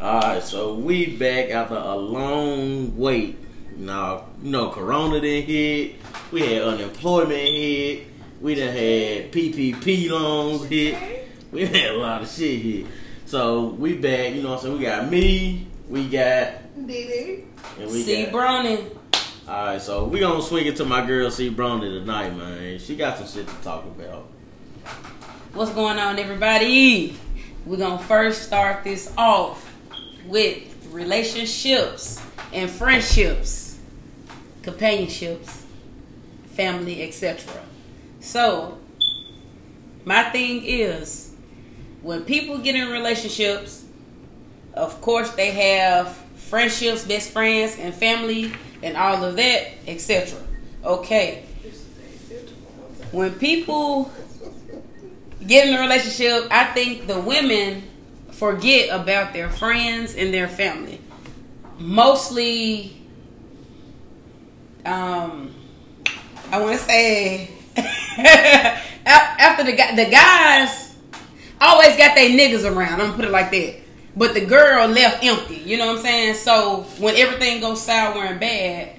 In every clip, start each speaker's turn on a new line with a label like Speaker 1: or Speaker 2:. Speaker 1: All right, so we back after a long wait. Now, you know, Corona didn't hit. We had unemployment hit. We done had PPP loans hit. We had a lot of shit hit. So we back. You know what I'm saying? We got me. We got
Speaker 2: Did
Speaker 1: and we
Speaker 3: See,
Speaker 1: got.
Speaker 3: Brony.
Speaker 1: All right, so we gonna swing it to my girl C. Brony tonight, man. She got some shit to talk about.
Speaker 3: What's going on, everybody? We're going to first start this off with relationships and friendships, companionships, family, etc. So, my thing is when people get in relationships, of course, they have friendships, best friends, and family, and all of that, etc. Okay. When people get in a relationship, I think the women forget about their friends and their family. Mostly, um, I want to say a- after the guy, the guys always got their niggas around. I'm gonna put it like that. But the girl left empty. You know what I'm saying? So when everything goes sour and bad,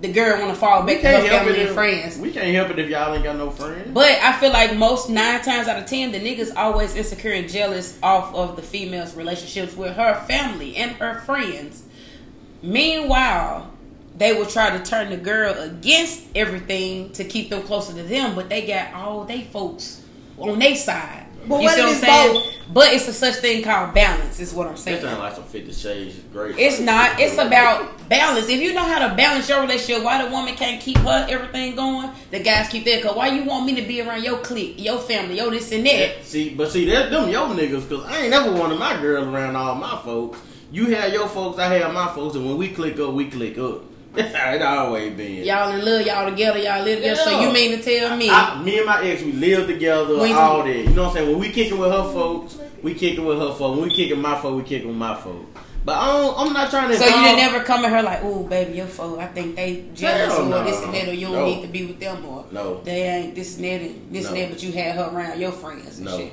Speaker 3: the girl want to fall back to her family and
Speaker 1: if-
Speaker 3: friends.
Speaker 1: We can't help it if y'all ain't got no friends.
Speaker 3: But I feel like most nine times out of ten, the niggas always insecure and jealous off of the female's relationships with her family and her friends. Meanwhile, they will try to turn the girl against everything to keep them closer to them, but they got all they folks on their side.
Speaker 2: But
Speaker 3: you
Speaker 2: what
Speaker 3: see
Speaker 2: if
Speaker 3: what I'm
Speaker 2: it's
Speaker 3: saying?
Speaker 2: both?
Speaker 3: But it's a such thing called balance, is what I'm saying.
Speaker 1: That sound like some Fifty Shades of Grey.
Speaker 3: It's not. It's about balance. If you know how to balance your relationship, why the woman can't keep her everything going, the guys keep their. Cause why you want me to be around your clique, your family, your this and that?
Speaker 1: See, but see, that them your niggas, cause I ain't never wanted my girls around all my folks. You have your folks, I have my folks, and when we click up, we click up. That's how it always been.
Speaker 3: Y'all in love, y'all together, y'all live together. So
Speaker 1: Yeah.
Speaker 3: you mean to tell me?
Speaker 1: I, me and my ex, we live together,
Speaker 3: We-
Speaker 1: all that. You know what I'm saying? When we kicking with her folks, we kicking with her folks. When we kicking my folks, we kicking with my folks. But I don't, I'm not trying to.
Speaker 3: so you
Speaker 1: involve-
Speaker 3: didn't never come at her like, "Ooh, baby, your folk. I think they jealous
Speaker 1: Hell
Speaker 3: or
Speaker 1: no.
Speaker 3: this and that, or you don't
Speaker 1: No.
Speaker 3: need to be with them or
Speaker 1: No.
Speaker 3: they ain't this and that, and this and
Speaker 1: No.
Speaker 3: that." But you had her around your friends and
Speaker 1: No.
Speaker 3: shit.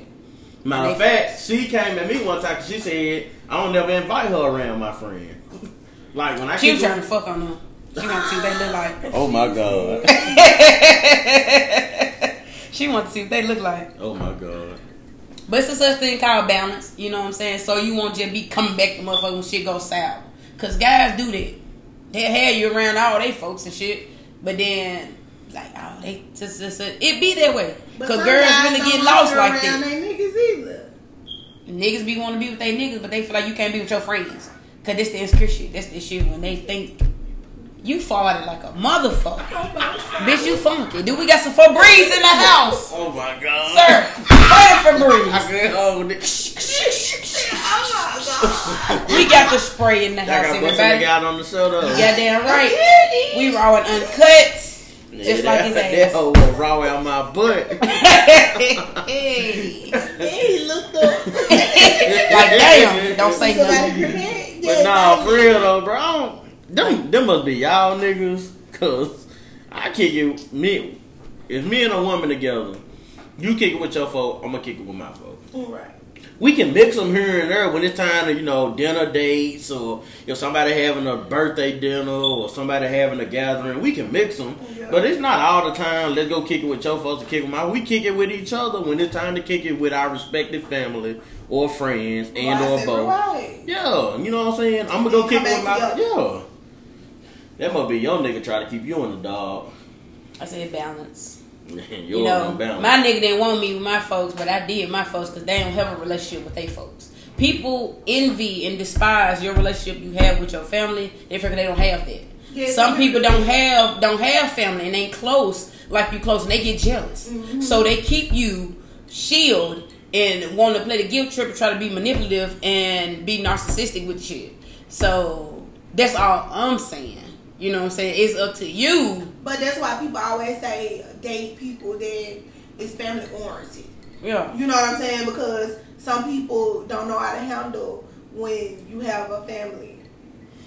Speaker 1: Matter of
Speaker 3: They-
Speaker 1: fact, she came at me one time. 'cause She said, "I don't never invite her around my friend." like when I
Speaker 3: She
Speaker 1: kick
Speaker 3: was
Speaker 1: with-
Speaker 3: trying to fuck on them. She want to see what they look like.
Speaker 1: Oh my god.
Speaker 3: she want to see what they look like.
Speaker 1: oh my god.
Speaker 3: But it's a such thing called balance. You know what I'm saying? So you won't just be coming back to motherfucker when shit goes sour. Cause guys do that. They have you around all they folks and shit, but then like oh they just, just it be that way.
Speaker 2: But
Speaker 3: Cause
Speaker 2: some
Speaker 3: girls
Speaker 2: guys
Speaker 3: really
Speaker 2: don't
Speaker 3: get
Speaker 2: wanna
Speaker 3: lost
Speaker 2: be
Speaker 3: like
Speaker 2: around
Speaker 3: that.
Speaker 2: they niggas either.
Speaker 3: Niggas be want to be with they niggas, but they feel like you can't be with your friends. Cause that's the insecure shit. That's the shit when they think you farted like a motherfucker. Bitch, you funky. Do we got some Febreze in the house,
Speaker 1: Oh my god.
Speaker 3: sir? Spray Febreze.
Speaker 1: I could hold it.
Speaker 2: Oh my god.
Speaker 3: We got the spray in the
Speaker 1: I
Speaker 3: house,
Speaker 1: got busting
Speaker 3: everybody.
Speaker 1: the guy on the shoulder.
Speaker 3: Yeah, damn right.
Speaker 2: Right.
Speaker 3: We raw and uncut, just like his
Speaker 1: That
Speaker 3: ass.
Speaker 1: hoe was raw out my butt.
Speaker 3: hey,
Speaker 2: he looked up.
Speaker 3: like damn, don't say nothing.
Speaker 1: But nah, for real though, bro. I don't, them, them must be y'all niggas. Cause I kick it me if me and a woman together, you kick it with your folk, I'm gonna kick it with my folk.
Speaker 2: Right.
Speaker 1: We can mix them here and there when it's time to, you know, dinner dates or if somebody having a birthday dinner or somebody having a gathering. We can mix them.
Speaker 2: Yeah.
Speaker 1: But it's not all the time, let's go kick it with your folks and kick them out. We kick it with each other when it's time to kick it with our respective family or friends and
Speaker 2: Why is
Speaker 1: or
Speaker 2: it
Speaker 1: both.
Speaker 2: Right.
Speaker 1: Yeah, you know what I'm saying? I'm gonna go
Speaker 2: Come
Speaker 1: kick it with my.
Speaker 2: back to
Speaker 1: Yeah. That must be your nigga try to keep you in the dog.
Speaker 3: I said balance.
Speaker 1: You're
Speaker 3: you know,
Speaker 1: on balance.
Speaker 3: my nigga didn't want me with my folks, but I did my folks because they don't have a relationship with their folks. People envy and despise your relationship you have with your family. They figure they don't have that.
Speaker 2: Yeah,
Speaker 3: Some
Speaker 2: it's-
Speaker 3: people don't have don't have family and ain't close like you close, and they get jealous. So they keep you shield and want to play the guilt trip and try to be manipulative and be narcissistic with shit. So that's all I'm saying. You know what I'm saying? It's up to you.
Speaker 2: But that's why people always say date people that is family oriented.
Speaker 3: Yeah.
Speaker 2: You know what I'm saying? Because some people don't know how to handle when you have a family,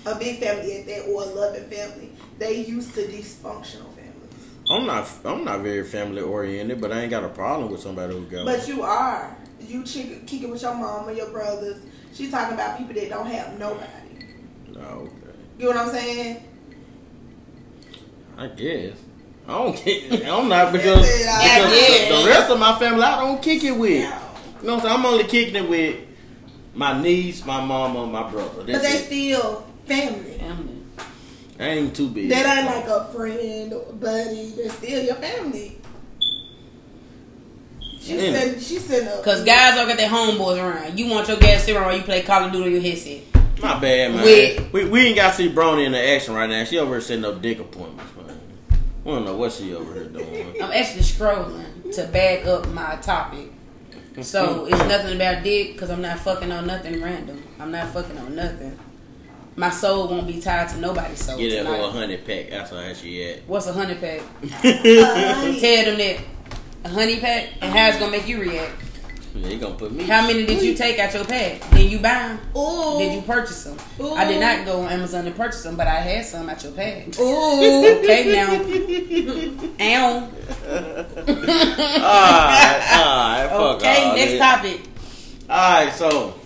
Speaker 2: a big family at that, or a loving family. They used to dysfunctional families.
Speaker 1: I'm not. I'm not very family oriented, but I ain't got a problem with somebody who got.
Speaker 2: But you are. you chick- kicking with your mom or your brothers. She's talking about people that don't have nobody.
Speaker 1: Oh, okay.
Speaker 2: You know what I'm saying?
Speaker 1: I guess. I don't kick. I'm not because, because
Speaker 3: guess.
Speaker 1: the, the rest of my family I don't kick it with. You
Speaker 2: No.
Speaker 1: know what I'm saying? I'm only kicking it with my niece, my mama, my brother.
Speaker 2: But
Speaker 1: That's
Speaker 2: they
Speaker 1: it.
Speaker 2: still family.
Speaker 3: Family.
Speaker 1: I ain't too big.
Speaker 2: That ain't like a friend or buddy. They're still your family. She
Speaker 1: Yeah.
Speaker 2: said she said up.
Speaker 3: Cause guys don't get their homeboys around. You want your gas zero or you play Call of Duty on your headset.
Speaker 1: my bad, man.
Speaker 3: With-
Speaker 1: We we ain't got to see Brony in the action right now. She over here setting up dick appointments, man. We don't know what she over here doing.
Speaker 3: I'm actually scrolling to back up my topic. So
Speaker 1: Mm-hmm.
Speaker 3: it's nothing about dick because I'm not fucking on nothing random. I'm not fucking on nothing. My soul won't be tied to nobody's soul.
Speaker 1: Get that
Speaker 3: tonight.
Speaker 1: whole hundred pack. That's how she at.
Speaker 3: What's a hundred pack?
Speaker 1: yeah,
Speaker 3: Tell them that. A honey pack and how it's gonna make you react.
Speaker 1: you gonna put me?
Speaker 3: How many did you take out your pack? Did you buy them?
Speaker 2: Ooh.
Speaker 3: Did you purchase them? I did
Speaker 2: Ooh.
Speaker 3: not go on Amazon to purchase them, but I had some at your pack.
Speaker 2: Ooh.
Speaker 3: Okay, now. Ow.
Speaker 1: all right, all right, fuck
Speaker 3: Okay,
Speaker 1: all
Speaker 3: next
Speaker 1: that.
Speaker 3: topic.
Speaker 1: Alright, so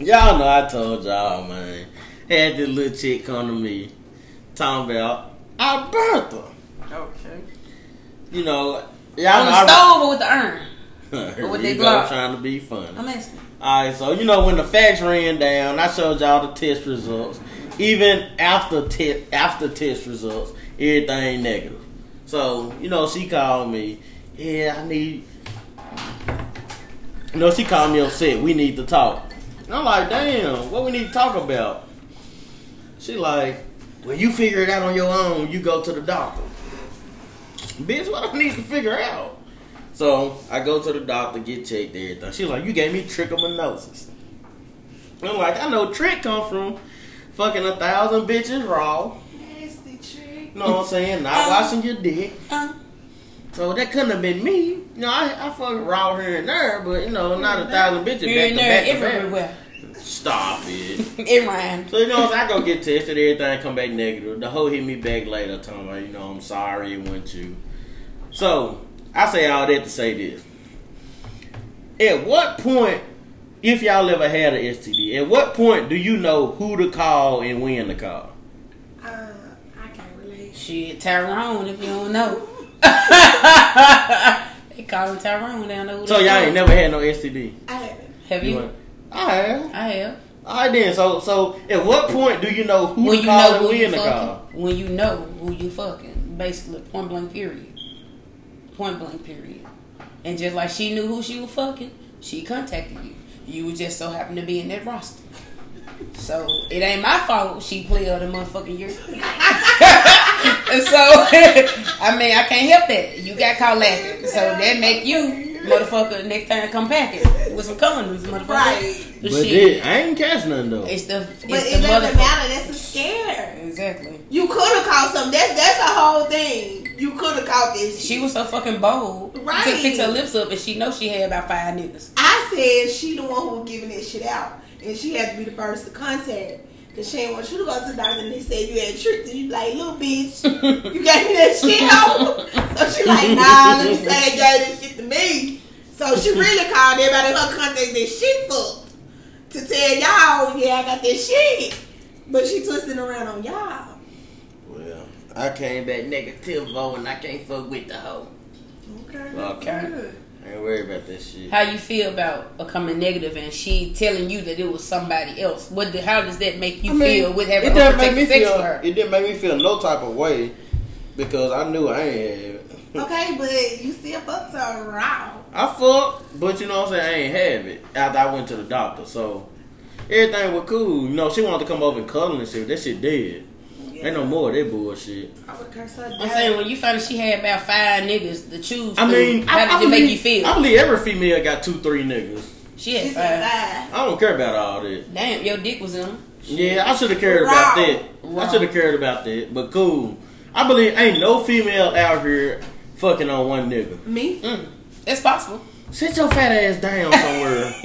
Speaker 1: y'all know I told y'all man. Had this little chick come to me talking about Alberta.
Speaker 3: Okay.
Speaker 1: You know, y'all know
Speaker 3: on the stove or with the urn?
Speaker 1: I, Here
Speaker 3: with
Speaker 1: you
Speaker 3: they
Speaker 1: go,
Speaker 3: Glock?
Speaker 1: trying to be funny.
Speaker 3: I'm asking.
Speaker 1: Alright, so you know when the facts ran down, I showed y'all the test results. Even after te- after test results, everything negative. So, you know, she called me, yeah, I need You know, she called me upset, we need to talk. And I'm like, damn, what we need to talk about? She like, when you figure it out on your own, you go to the doctor. Bitch, what I need to figure out? So I go to the doctor, get checked, everything. She's like, you gave me trichomoniasis. I'm like, I know trick come from fucking a thousand bitches raw.
Speaker 2: Nasty trick.
Speaker 1: You know what I'm saying?
Speaker 3: Um,
Speaker 1: Not washing your dick. So that couldn't have been me. You know, I, I fuck raw here and there, but you know, not a thousand bitches back
Speaker 3: Here and
Speaker 1: to
Speaker 3: there,
Speaker 1: back to back.
Speaker 3: everywhere.
Speaker 1: Stop it.
Speaker 3: It ran.
Speaker 1: So you know, what I'm saying? I go get tested, everything come back negative. The hoe hit me back later, talking about, you know, I'm sorry it went you. So I say all that to say this. At what point, if y'all ever had an STD, at what point do you know who to call and when to call?
Speaker 2: Uh, I can't relate.
Speaker 3: Shit, Tyrone, if you don't know. they call him Tyrone. They don't know who
Speaker 1: So
Speaker 3: they
Speaker 1: y'all
Speaker 3: are.
Speaker 1: ain't never had no STD.
Speaker 2: I haven't.
Speaker 3: Have
Speaker 1: You
Speaker 3: you?
Speaker 1: went, I have.
Speaker 3: I have.
Speaker 1: All right then. So so at what point do you know who
Speaker 3: When
Speaker 1: to
Speaker 3: you
Speaker 1: call
Speaker 3: know who you
Speaker 1: and when to call?
Speaker 3: fucking. When you know who you fucking. Basically, point blank period. Point blank period. And just like she knew who she was fucking, she contacted you. You was just so happened to be in that roster. So it ain't my fault she played all the motherfucking year. And so I mean I can't help that. You got caught laughing. So that make you motherfucker next time come pack it with some condoms, motherfucker.
Speaker 2: Right.
Speaker 1: But
Speaker 3: Shit.
Speaker 1: then, I ain't catch nothing though.
Speaker 3: It's the it's
Speaker 2: But it
Speaker 3: the
Speaker 2: doesn't
Speaker 3: motherfucker.
Speaker 2: matter. That's a scare.
Speaker 3: Exactly.
Speaker 2: You could have caught something. That's that's a whole thing. You could have caught this.
Speaker 3: She was so fucking bold.
Speaker 2: Right.
Speaker 3: To fix her lips up and she know she had about five niggas.
Speaker 2: I said she the one who was giving that shit out, and she had to be the first to contact. Cause she ain't want you to go to the doctor and they said you had tricked her. You like, little bitch, you gave me that shit out. So she like, nah, let me say they gave this shit to me. So she really called everybody in her contact that shit fucked to tell y'all, yeah, I got this shit. But she twisting around on y'all.
Speaker 1: well, I came back negative vote and I can't fuck with the hoe.
Speaker 2: Okay.
Speaker 1: Okay.
Speaker 2: good.
Speaker 1: I ain't worried about that shit.
Speaker 3: How you feel about becoming negative and she telling you that it was somebody else? What? The, how does that make you
Speaker 1: I mean,
Speaker 3: feel with having
Speaker 1: it didn't make me
Speaker 3: unprotected sex
Speaker 1: feel.
Speaker 3: with her?
Speaker 1: It didn't make me feel no type of way because I knew I ain't have it.
Speaker 2: Okay, but you still fucked her raw.
Speaker 1: I fucked, but you know what I'm saying. I ain't have it after I went to the doctor, so everything was cool. You know, she wanted to come over and cuddle and shit. That shit dead. Ain't no more of that bullshit.
Speaker 2: I would curse her.
Speaker 3: I'm
Speaker 2: down.
Speaker 3: saying when you found out she had about five niggas to choose.
Speaker 1: I mean,
Speaker 3: through, how
Speaker 1: I,
Speaker 3: did
Speaker 1: I
Speaker 3: it make
Speaker 1: believe-
Speaker 3: you feel?
Speaker 1: I believe every female got two, three niggas.
Speaker 3: she had
Speaker 2: She's
Speaker 3: five.
Speaker 2: alive.
Speaker 1: I don't care about all that.
Speaker 3: Damn, your dick was in. her.
Speaker 1: Yeah, I should have cared about
Speaker 2: Wow.
Speaker 1: that.
Speaker 3: Wow.
Speaker 1: I should have cared about that. But cool. I believe ain't no female out here fucking on one nigga.
Speaker 2: Me?
Speaker 3: Mm, that's possible.
Speaker 1: Sit your fat ass down somewhere.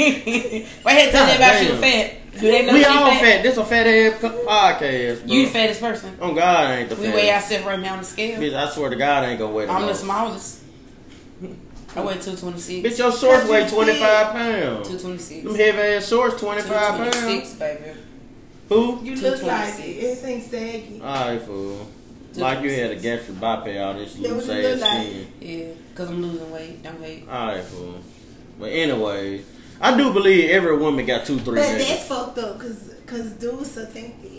Speaker 3: Why had to tell you about
Speaker 1: God
Speaker 3: she was fat? Do they know
Speaker 1: we
Speaker 3: she
Speaker 1: all fat. This a fat ass co- podcast. Bro.
Speaker 3: You the fattest person.
Speaker 1: Oh God, I ain't the
Speaker 3: We
Speaker 1: fat.
Speaker 3: weigh ourselves right now on the scale.
Speaker 1: Bitch, I swear to God, I ain't gonna wait.
Speaker 3: I'm the smallest. I weigh 226.
Speaker 1: Bitch, your shorts weigh
Speaker 2: That's just
Speaker 1: 25 pounds. Them
Speaker 3: 226.
Speaker 1: heavy ass shorts, 25 pounds.
Speaker 3: 226, baby.
Speaker 1: Who?
Speaker 2: You look like
Speaker 3: 226.
Speaker 2: it. Everything saggy.
Speaker 1: Alright, fool. Like you had a gastric bypass, all this
Speaker 2: Yeah,
Speaker 1: loose
Speaker 2: what you
Speaker 1: ass
Speaker 2: look like?
Speaker 1: skin.
Speaker 3: Yeah, because I'm losing weight. Don't wait.
Speaker 1: Alright, fool. But anyway, I do believe every woman got two, three
Speaker 2: But
Speaker 1: niggas.
Speaker 2: that's fucked up because cause dudes so think that.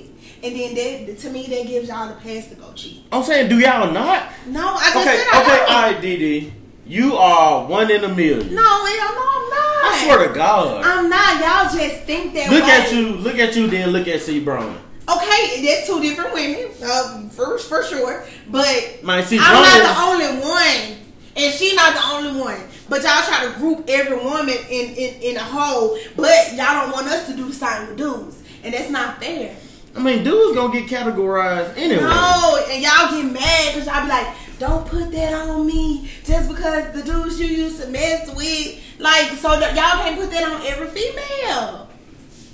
Speaker 2: And then that to me that gives y'all the pass to go cheat.
Speaker 1: I'm saying, do y'all not?
Speaker 2: No, I just
Speaker 1: Okay,
Speaker 2: said I
Speaker 1: okay,
Speaker 2: don't.
Speaker 1: alright, DD. You are one in a million.
Speaker 2: No, hell no, I'm not.
Speaker 1: I swear to God.
Speaker 2: I'm not. Y'all just think that.
Speaker 1: Look
Speaker 2: way.
Speaker 1: at you, look at you, then look at C. Brown.
Speaker 2: Okay, that's two different women, um, for for sure. But
Speaker 1: My C.
Speaker 2: I'm
Speaker 1: Brown.
Speaker 2: not the only one, and she not the only one. But y'all try to group every woman in in in a whole, but y'all don't want us to do the same with dudes, and that's not fair.
Speaker 1: I mean, dudes gonna get categorized anyway.
Speaker 2: No, and y'all get mad because y'all be like, don't put that on me just because the dudes you used to mess with. Like, so that y'all can't put that on every female.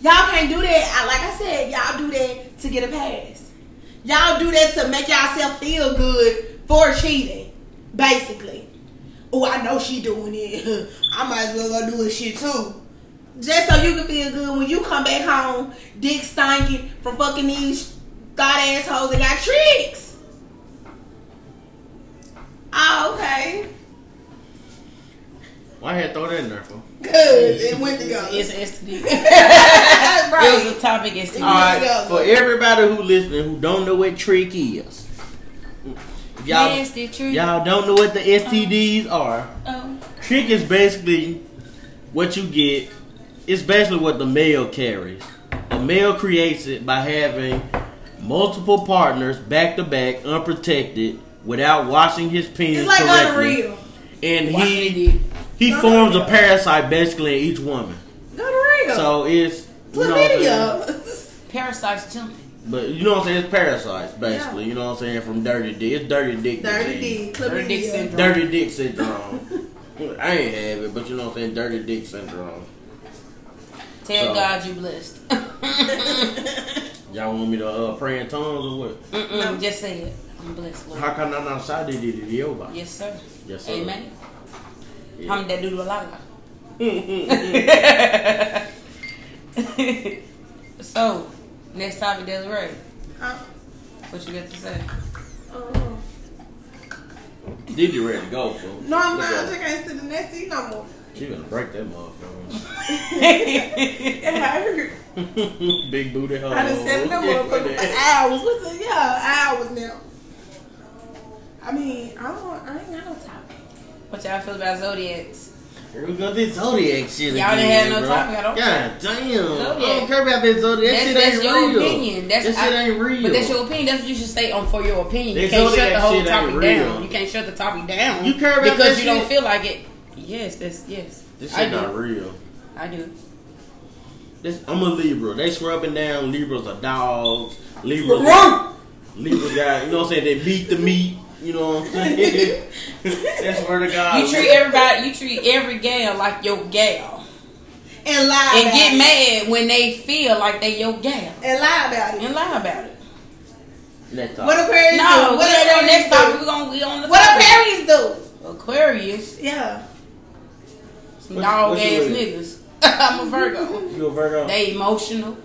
Speaker 2: Y'all can't do that. I, like I said, y'all do that to get a pass. Y'all do that to make yourself feel good for cheating, basically. Oh, I know she doing it. I might as well go do it shit too. Just so you can feel good when you come back home, dick stinking from fucking these thought assholes that got tricks. Oh, okay.
Speaker 1: Why had to throw that in there for?
Speaker 2: Good. It went to go.
Speaker 3: It's it's STD. It was
Speaker 2: right.
Speaker 3: a topic STD.
Speaker 1: All right,
Speaker 2: Yeah.
Speaker 1: for everybody who listening who don't know what trick is, if y'all
Speaker 3: Nasty truth.
Speaker 1: y'all don't know what the STDs are.
Speaker 3: Oh.
Speaker 1: Trick is basically what you get. It's basically what the male carries. The male creates it by having multiple partners back to back, unprotected, without washing his penis
Speaker 2: It's like
Speaker 1: correctly,
Speaker 2: unreal.
Speaker 1: and
Speaker 3: Watch what he
Speaker 1: he
Speaker 3: did.
Speaker 1: he forms a parasite basically in each woman.
Speaker 2: Gonorrhea.
Speaker 1: So it's you know what I'm saying?
Speaker 2: Chlamydia.
Speaker 3: Parasites jumping.
Speaker 1: But you know what I'm saying? It's parasites, basically. You know what I'm saying? From dirty dick. It's dirty dick.
Speaker 2: Dirty
Speaker 1: disease.
Speaker 2: D.
Speaker 3: Dirty dick
Speaker 2: Chlamydia.
Speaker 3: syndrome.
Speaker 1: Dirty dick syndrome. I ain't have it, but you know what I'm saying? Dirty dick syndrome.
Speaker 3: Tell
Speaker 1: So-
Speaker 3: God you blessed.
Speaker 1: Y'all want me to uh, pray in tongues or what?
Speaker 3: Mm-mm, just say it. I'm blessed, Lord.
Speaker 1: How can I not shout it to the yoba?
Speaker 3: Yes, sir.
Speaker 1: Yes, sir.
Speaker 3: Amen.
Speaker 1: Yeah.
Speaker 3: How many that do So, next topic, Desiree.
Speaker 2: Huh?
Speaker 3: What you got to say?
Speaker 2: Oh.
Speaker 1: Did you ready to go, fool?
Speaker 2: No, I'm
Speaker 1: Look
Speaker 2: not. I
Speaker 1: at
Speaker 2: just
Speaker 1: her.
Speaker 2: can't sit the next seat no more.
Speaker 1: She gonna break that motherfucker.
Speaker 2: It hurt.
Speaker 1: Big booty hole.
Speaker 2: I done sat in that motherfucker for hours. What's the yeah, hours now. I mean, I don't I ain't got no topic.
Speaker 3: what y'all feel about zodiacs?
Speaker 1: Here we got this zodiac shit
Speaker 3: Y'all done
Speaker 1: again,
Speaker 3: had no
Speaker 1: bro.
Speaker 3: topic, I don't
Speaker 1: God damn. I don't
Speaker 3: Zodiac.
Speaker 1: care about that zodiac.
Speaker 3: That's,
Speaker 1: shit
Speaker 3: that's
Speaker 1: ain't
Speaker 3: your
Speaker 1: real.
Speaker 3: opinion. That's
Speaker 1: that shit
Speaker 3: I-
Speaker 1: ain't real.
Speaker 3: But that's your opinion. That's what you should stay on for your opinion. You
Speaker 1: That
Speaker 3: can't shut
Speaker 1: Zodiac
Speaker 3: the whole
Speaker 1: shit ain't
Speaker 3: topic
Speaker 1: real.
Speaker 3: down. You can't shut the topic down.
Speaker 1: You care about
Speaker 3: because
Speaker 1: that
Speaker 3: you don't
Speaker 1: shit?
Speaker 3: feel like it. Yes, that's yes.
Speaker 1: This
Speaker 3: I
Speaker 1: shit
Speaker 3: do.
Speaker 1: not real.
Speaker 3: I do.
Speaker 1: This, I'm a Libra. They swear up and down Libras are dogs. Libras,
Speaker 2: Wrong.
Speaker 1: Libras got, you know what I'm saying? They beat the meat. You know what I'm saying? That's where to God.
Speaker 3: You treat everybody. You treat every gal like your gal,
Speaker 2: And lie
Speaker 3: and
Speaker 2: about
Speaker 3: get
Speaker 2: it.
Speaker 3: mad when they feel like they your gal,
Speaker 2: And lie about it.
Speaker 3: and lie about it.
Speaker 1: Next
Speaker 2: What
Speaker 1: topic.
Speaker 2: Aquarius
Speaker 3: No,
Speaker 2: do?
Speaker 3: what
Speaker 2: What
Speaker 3: that on next
Speaker 2: Aquarius
Speaker 3: topic? We
Speaker 2: do?
Speaker 3: gonna we on the
Speaker 2: What
Speaker 3: topic.
Speaker 2: Aquarius do?
Speaker 3: Aquarius,
Speaker 2: Yeah.
Speaker 3: some
Speaker 1: What-
Speaker 3: dog
Speaker 1: what you
Speaker 3: ass
Speaker 1: with?
Speaker 3: niggas. I'm a Virgo.
Speaker 1: You a Virgo?
Speaker 3: They emotional.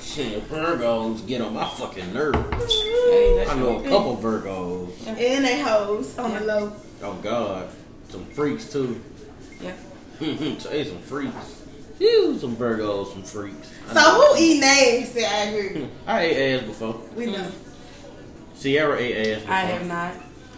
Speaker 1: Shit, Virgos get on my fucking nerves. I know a couple Virgos.
Speaker 2: And they hoes on the low.
Speaker 1: Oh, God. Some freaks, too.
Speaker 3: Yeah.
Speaker 1: hey, some freaks. Phew, some Virgos, some freaks. I
Speaker 2: So
Speaker 1: know.
Speaker 2: who eat nasty out here?
Speaker 1: I ate ass before.
Speaker 2: We
Speaker 3: Hmm.
Speaker 2: know.
Speaker 1: Sierra ate ass before.
Speaker 3: I have not.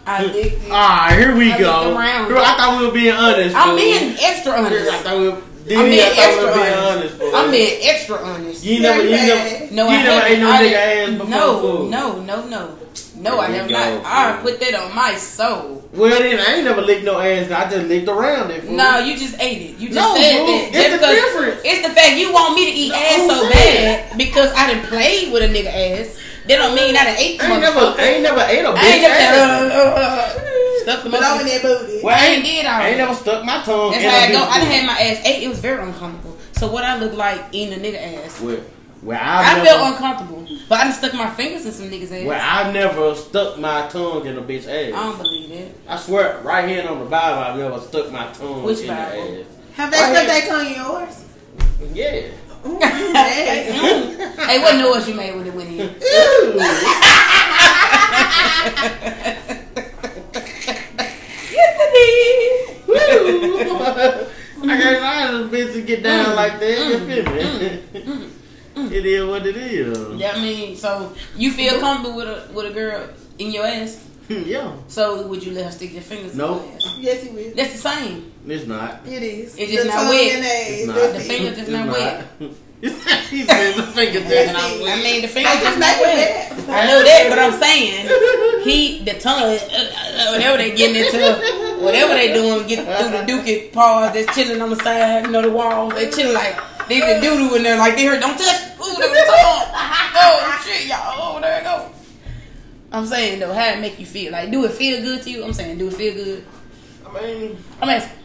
Speaker 3: I licked it.
Speaker 1: Ah, here we
Speaker 3: I
Speaker 1: go.
Speaker 3: looked around.
Speaker 1: Girl, I thought we were being honest.
Speaker 3: I'm
Speaker 1: fool.
Speaker 3: being extra
Speaker 1: Girl, I
Speaker 3: honest.
Speaker 1: thought we were.
Speaker 3: I'm
Speaker 1: Diddy, I
Speaker 3: being
Speaker 1: thought we
Speaker 3: extra
Speaker 1: were being
Speaker 3: honest.
Speaker 1: honest. fool.
Speaker 3: I'm being extra honest.
Speaker 1: You ain't never, you ain't never,
Speaker 3: No,
Speaker 1: you
Speaker 3: I
Speaker 1: ain't never
Speaker 3: haven't.
Speaker 1: ate no
Speaker 3: I
Speaker 1: nigga ass
Speaker 3: didn't-
Speaker 1: before.
Speaker 3: No,
Speaker 1: fool.
Speaker 3: no, no, no, no.
Speaker 1: There
Speaker 3: I
Speaker 1: we
Speaker 3: have
Speaker 1: go,
Speaker 3: not. I
Speaker 1: fool.
Speaker 3: put that on my soul.
Speaker 1: Well, then I ain't never licked no ass. I just licked around it. Fool.
Speaker 3: No, you just ate it. You just
Speaker 1: No,
Speaker 3: said
Speaker 1: boo.
Speaker 3: that.
Speaker 1: It's
Speaker 3: Just
Speaker 1: the
Speaker 3: because-
Speaker 1: difference.
Speaker 3: It's the fact you want me to eat
Speaker 1: No,
Speaker 3: ass
Speaker 1: I'm
Speaker 3: so
Speaker 1: saying.
Speaker 3: bad because I didn't play with a nigga ass. That don't mean I done ate the
Speaker 1: I ain't never,
Speaker 3: motherfucker.
Speaker 1: I ain't never ate a bitch
Speaker 3: I ain't never
Speaker 1: ass.
Speaker 3: uh, uh, uh, stuck the
Speaker 2: Blow in
Speaker 3: motherfucker.
Speaker 2: that booty.
Speaker 1: well,
Speaker 3: I ain't did all
Speaker 1: I ain't
Speaker 3: that.
Speaker 1: never stuck my tongue
Speaker 3: That's
Speaker 1: in
Speaker 3: how
Speaker 1: a
Speaker 3: I go. I done
Speaker 1: bitch.
Speaker 3: had my ass ate. It was very uncomfortable. So what I look like eating a nigga ass.
Speaker 1: Well, Where
Speaker 3: I
Speaker 1: I've
Speaker 3: felt
Speaker 1: never,
Speaker 3: uncomfortable, but I done stuck my fingers in some niggas' ass.
Speaker 1: where I've never stuck my tongue in a bitch ass.
Speaker 3: I don't believe it.
Speaker 1: I swear, right here on the Bible, I've never stuck my tongue
Speaker 3: Which
Speaker 1: in
Speaker 3: Bible?
Speaker 1: the ass.
Speaker 2: Have they
Speaker 1: Right
Speaker 2: stuck
Speaker 1: here.
Speaker 2: that tongue in yours?
Speaker 1: Yeah.
Speaker 2: Ooh, nasty.
Speaker 3: hey, what noise you made when it went in?
Speaker 1: I can't lie to this bitch to get down
Speaker 3: Mm,
Speaker 1: like that. you feel me? it is what it is.
Speaker 3: That mean so you feel comfortable with a with a girl in your ass?
Speaker 1: yeah.
Speaker 3: So would you let her stick your fingers
Speaker 1: Nope.
Speaker 3: in your ass?
Speaker 2: yes, it will.
Speaker 3: That's the same.
Speaker 1: It's not.
Speaker 2: It is.
Speaker 3: It just
Speaker 2: the
Speaker 3: not
Speaker 2: tongue
Speaker 3: wet.
Speaker 2: and the ass,
Speaker 1: It's not.
Speaker 2: that's
Speaker 3: The
Speaker 2: it.
Speaker 3: finger just
Speaker 1: It's
Speaker 3: not wet.
Speaker 1: he said the finger just not
Speaker 3: I
Speaker 1: wet.
Speaker 3: mean the finger
Speaker 2: I
Speaker 3: just
Speaker 2: just
Speaker 3: not
Speaker 2: make it
Speaker 3: wet. I know that, but I'm saying he the tongue, uh, uh, whatever they getting into, whatever they doing, get through the dookie paws that's chilling on the side, you know the walls, they chilling like they the doo doo in there, like they heard don't touch, ooh the tongue, oh shit y'all, oh there it go. I'm saying though, how it make you feel? Like do it feel good to you? I'm saying do it feel good?
Speaker 1: I mean,
Speaker 3: I'm asking.